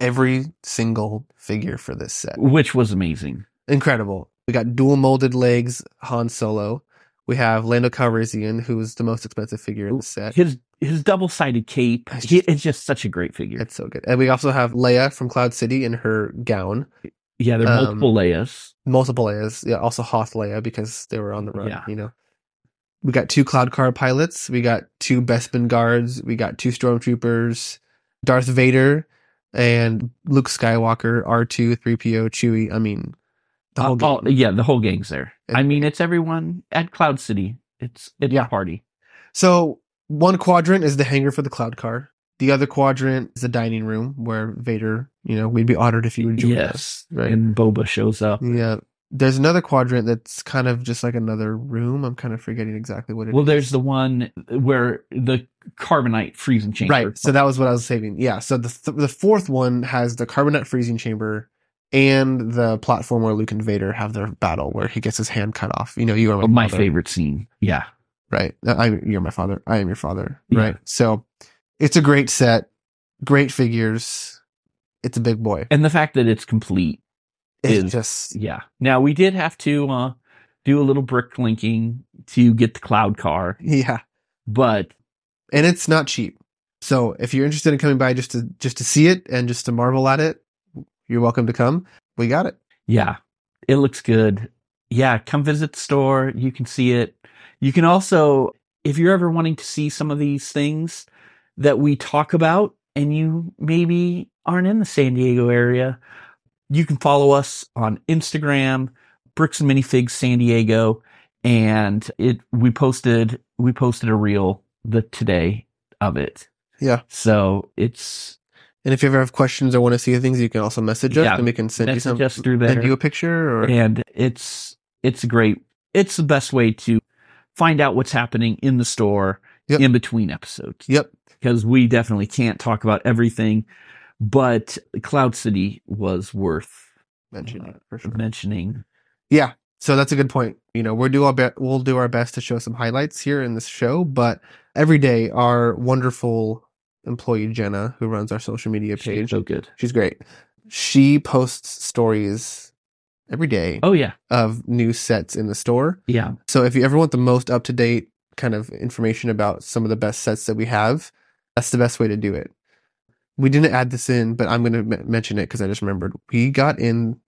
S2: every single figure for this set.
S1: which was amazing.
S2: Incredible. We got dual molded legs Han Solo. We have Lando Calrissian, who is the most expensive figure in the set.
S1: His his double sided cape.
S2: It's
S1: He,
S2: just-
S1: it's just such a great figure.
S4: It's so good.
S2: And we also have Leia from Cloud City in her gown.
S1: Yeah, there are
S2: um,
S1: multiple layers.
S2: multiple Leias. Yeah, also Hoth Leia because they were on the run.
S1: Yeah.
S2: You know,
S4: We got two cloud car pilots. We got two Bespin guards. We got two stormtroopers, Darth Vader, and Luke Skywalker, R2, 3PO, Chewie. I mean, the whole
S1: Uh, all-
S4: game.
S1: yeah, the whole gang's there.
S4: It-
S1: I mean, it's everyone at Cloud City. It's it's a party.
S4: So, one quadrant is the hangar for the cloud car. The other quadrant is the dining room where Vader
S2: You know, we'd be honored if you would join us.
S1: yes,
S2: right. Mm-hmm.
S1: and Boba shows up.
S2: Yeah. There's another quadrant that's kind of just like another room. I'm kind of forgetting exactly what it is.
S1: Well, there's the one where the carbonite freezing chamber.
S2: Right. So that was what I was saving. Yeah. So the th- the fourth one has the carbonite freezing chamber and the platform where Luke and Vader have their battle, where he gets his hand cut off. You know, you are my,
S1: Oh, my
S2: father,
S1: favorite scene. Yeah.
S2: Right. I you're my father. I am your father.
S1: Yeah.
S2: Right. So it's a great set. Great figures. It's a big boy.
S1: And the fact that it's complete.
S2: It's
S1: is-
S2: just
S1: Yeah. Now we did have to uh do a little brick linking to get the cloud car,
S2: yeah.
S1: but
S2: And it's not cheap. So if you're interested in coming by just to just to see it and just to marvel at it, you're welcome to come. We got it.
S1: yeah, it looks good. Yeah, come visit the store. You can see it. You can also if you're ever wanting to see some of these things that we talk about and you maybe aren't in the San Diego area, you can follow us on Instagram, Bricks and Minifigs San Diego, and it we posted we posted a reel the today of it.
S2: Yeah.
S1: So it's
S2: And if you ever have questions or want to see things, you can also message us
S1: Yeah,
S2: and we can send you
S1: message
S2: some
S1: us through there.
S2: send you a picture or
S1: and it's it's great. It's the best way to find out what's happening in the store
S2: Yep.
S1: in between episodes.
S2: Yep.
S1: Because we definitely can't talk about everything, but Cloud City was worth
S2: mention it for sure.
S1: mentioning.
S2: Yeah. So that's a good point. You know, we'll do our be- we'll do our best to show some highlights here in this show, but every day our wonderful employee Jenna, who runs our social media page,
S1: So good.
S2: she's great. She posts stories every day
S1: Oh yeah,
S2: of new sets in the store.
S1: yeah.
S2: So if you ever want the most up to date kind of information about some of the best sets that we have, that's the best way to do it. We didn't add this in, but I'm going to m- mention it because I just remembered. We got in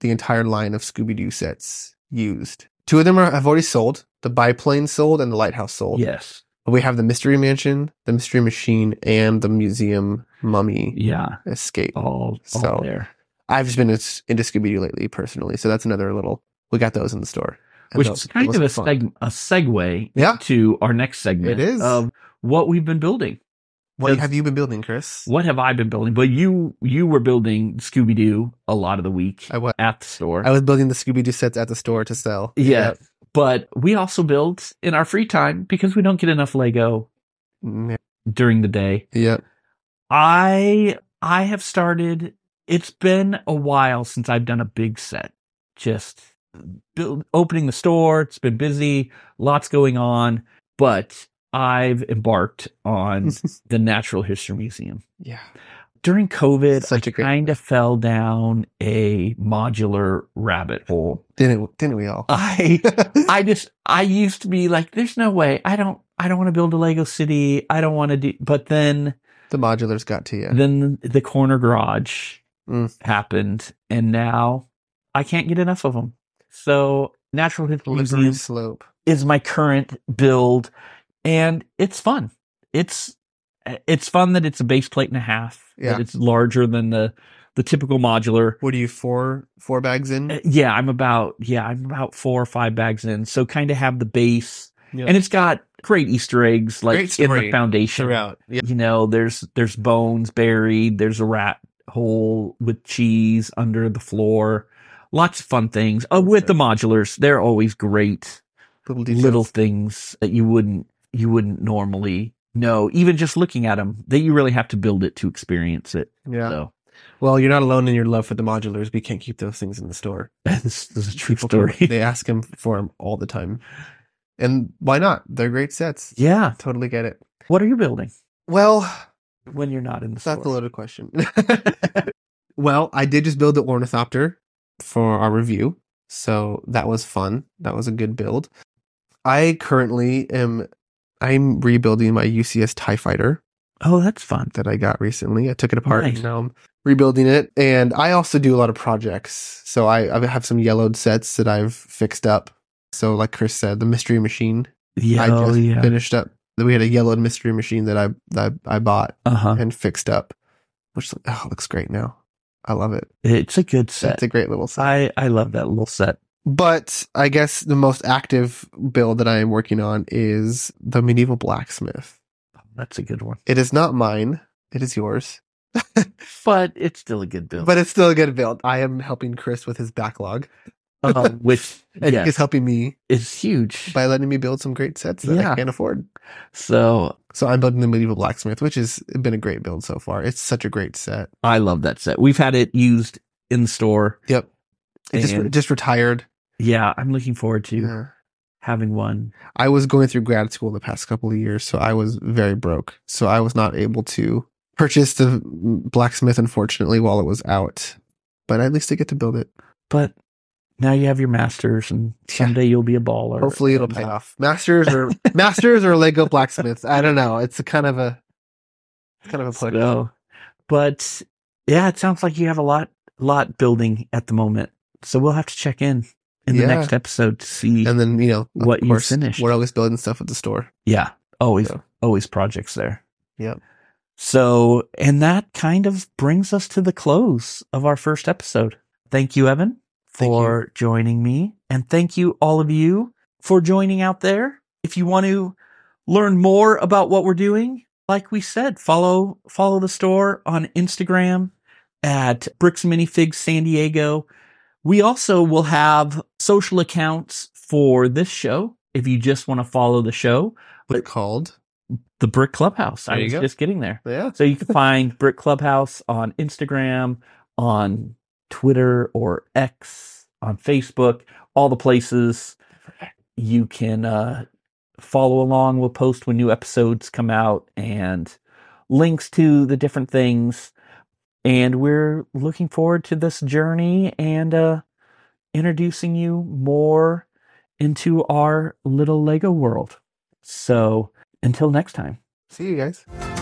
S2: the entire line of Scooby Doo sets used. Two of them are, have already sold. The biplane sold and the lighthouse sold.
S1: Yes.
S2: But we have the Mystery Mansion, the Mystery Machine, and the Museum Mummy
S1: Yeah.
S2: Escape.
S1: All, all
S2: So-
S1: there.
S2: I've just been ins- into Scooby Doo lately personally, so that's another little. We got those in the store, And
S1: Which
S2: those-
S1: is kind
S2: those
S1: of
S2: were
S1: a,
S2: fun.
S1: seg- a segue
S2: Yeah.
S1: to our next segment
S2: It is.
S1: of what we've been building.
S2: What
S1: Because-
S2: have you been building, Chris?
S1: What have I been building? But you you were building Scooby Doo a lot of the week
S2: I was.
S1: at the store.
S2: I was building the Scooby Doo sets at the store to sell.
S1: yeah. But we also built in our free time because we don't get enough Lego
S2: Yep.
S1: during the day.
S2: Yep.
S1: I I have started it's been a while since I've done a big set. Just build, opening the store, it's been busy, lots going on, but I've embarked on the Natural History Museum.
S2: Yeah.
S1: during COVID,
S2: Such
S1: I
S2: a great-
S1: kind of fell down a modular rabbit hole.
S2: Didn't didn't we all?
S1: I
S2: Uh,
S1: I just I used to be like, there's no way I don't I don't want to build a Lego city. I don't want to do. But then
S2: the modulars got to you.
S1: then the corner garage
S2: Mm.
S1: happened, and now I can't get enough of them. So natural history
S2: Slippery
S1: museum
S2: slope.
S1: is my current build, and it's fun. It's it's fun that it's a base plate and a half.
S2: Yeah.
S1: That it's larger than the the typical modular.
S2: What are you four four bags in?
S1: Uh, yeah, I'm about yeah, I'm about four or five bags in. So kind of have the base,
S2: Yeah.
S1: and it's got great Easter eggs like
S2: Great
S1: in the
S2: story
S1: foundation.
S2: Throughout. Yeah.
S1: You know, there's there's bones buried. There's a rat hole with cheese under the floor. Lots of fun things. Uh, with the modulars, they're always great
S2: Little details.
S1: little things that you wouldn't you wouldn't normally know. Even just looking at them, that you really have to build it to experience it.
S2: Yeah.
S1: So
S2: Well, you're not alone in your love for the modulars. We can't keep those things in the store.
S1: this, this is a true
S2: People come-
S1: story.
S2: they ask him for them all the time, and why not? They're great sets.
S1: yeah.
S2: Totally get it.
S1: What are you building?
S2: Well,
S1: when you're not in the
S2: That's a
S1: store.
S2: loaded question. well, I did just build the ornithopter for our review. So that was fun. That was a good build. I currently am I'm rebuilding my UCS TIE fighter
S1: oh, that's fun.
S2: that I got recently. I took it apart
S1: Nice.
S2: and now I'm rebuilding it. And I also do a lot of projects. So I, I have some yellowed sets that I've fixed up. So like Chris said, the mystery machine
S1: Yeah. oh,
S2: I just
S1: yeah.
S2: finished up. We had a yellowed mystery machine that I that I bought
S1: uh huh.
S2: and fixed up, which oh, looks great now. I love it.
S1: It's a good set.
S2: That's a great little set.
S1: I I love that little set.
S2: But I guess the most active build that I am working on is the medieval blacksmith.
S1: That's a good one.
S2: It is not mine. It is yours.
S1: but it's still a good build.
S2: but it's still a good build. I am helping Chris with his backlog,
S1: uh, which
S2: and
S1: yes,
S2: he's helping me
S1: is huge.
S2: by letting me build some great sets that
S1: Yeah.
S2: I can't afford.
S1: so
S2: So I'm building the medieval blacksmith, which has been a great build so far. It's such a great set.
S1: I love that set. We've had it used in store.
S2: Yep, it just
S1: And-
S2: just retired.
S1: Yeah, I'm looking forward to
S2: Yeah.
S1: having one.
S2: I was going through grad school the past couple of years, so I was very broke. So I was not able to purchase the blacksmith, unfortunately, while it was out. But at least I get to build it.
S1: But now you have your masters, and
S2: Yeah.
S1: someday you'll be a baller.
S2: Hopefully, it'll
S1: And,
S2: pay
S1: uh,
S2: off. Masters or masters or Lego blacksmiths. I don't know. It's a kind of a it's kind of a push.
S1: So, but yeah, it sounds like you have a lot, lot building at the moment. So we'll have to check in in
S2: Yeah.
S1: the next episode to see.
S2: And then you know, of
S1: What you
S2: course,
S1: finished.
S2: We're always building stuff at the store.
S1: yeah, always,
S2: So.
S1: always projects there.
S2: Yep.
S1: So, and that kind of brings us to the close of our first episode. Thank you, Evan,
S2: Thank you.
S1: for joining me. And thank you, all of you, for joining out there. If you want to learn more about what we're doing, like we said, follow, follow the store on Instagram at Bricks and Minifigs San Diego. We also will have social accounts for this show. If you just want to follow the show,
S2: What it called?
S1: the Brick Clubhouse. I
S3: There you
S1: was
S3: go.
S1: just getting there.
S2: Yeah.
S1: So you can find Brick Clubhouse on Instagram, on Twitter or X, on Facebook, all the places you can uh, follow along. We'll post when new episodes come out and links to the different things. And we're looking forward to this journey and uh, introducing you more into our little Lego world. So until next time.
S2: See you guys.